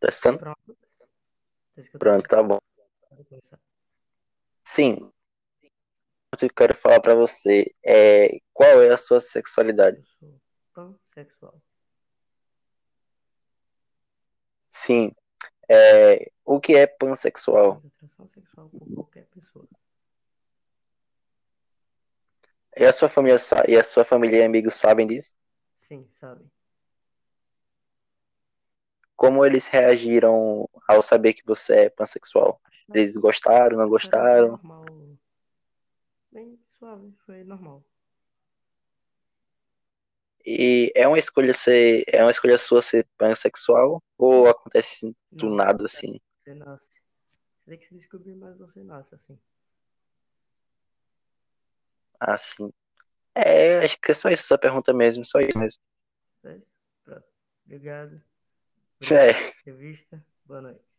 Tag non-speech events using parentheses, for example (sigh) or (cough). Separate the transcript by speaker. Speaker 1: Testando?
Speaker 2: Pronto. Tá escutando?
Speaker 1: Tá? Pronto, tá bom.
Speaker 2: Pode começar.
Speaker 1: Sim. O que eu quero falar pra você é qual é a sua sexualidade?
Speaker 2: Eu sou pansexual.
Speaker 1: Sim. É, o que é pansexual?
Speaker 2: Sinto atração sexual por qualquer pessoa.
Speaker 1: E a sua família sa- e a sua família e amigos sabem disso?
Speaker 2: Sim, sabe?
Speaker 1: Como eles reagiram ao saber que você é pansexual?
Speaker 2: Acharam,
Speaker 1: Eles gostaram, não
Speaker 2: acharam
Speaker 1: gostaram?
Speaker 2: normal. Bem suave, foi normal.
Speaker 1: E é uma escolha ser, é uma escolha sua ser pansexual ou acontece do
Speaker 2: Não,
Speaker 1: nada assim?
Speaker 2: né? você nasce. Você tem que se descobrir, mas você nasce assim.
Speaker 1: Assim. É, acho que é só isso essa pergunta mesmo, só isso mesmo.
Speaker 2: Certo? Pronto. Obrigado. Obrigado
Speaker 1: (laughs) É.
Speaker 2: pela entrevista. Boa noite.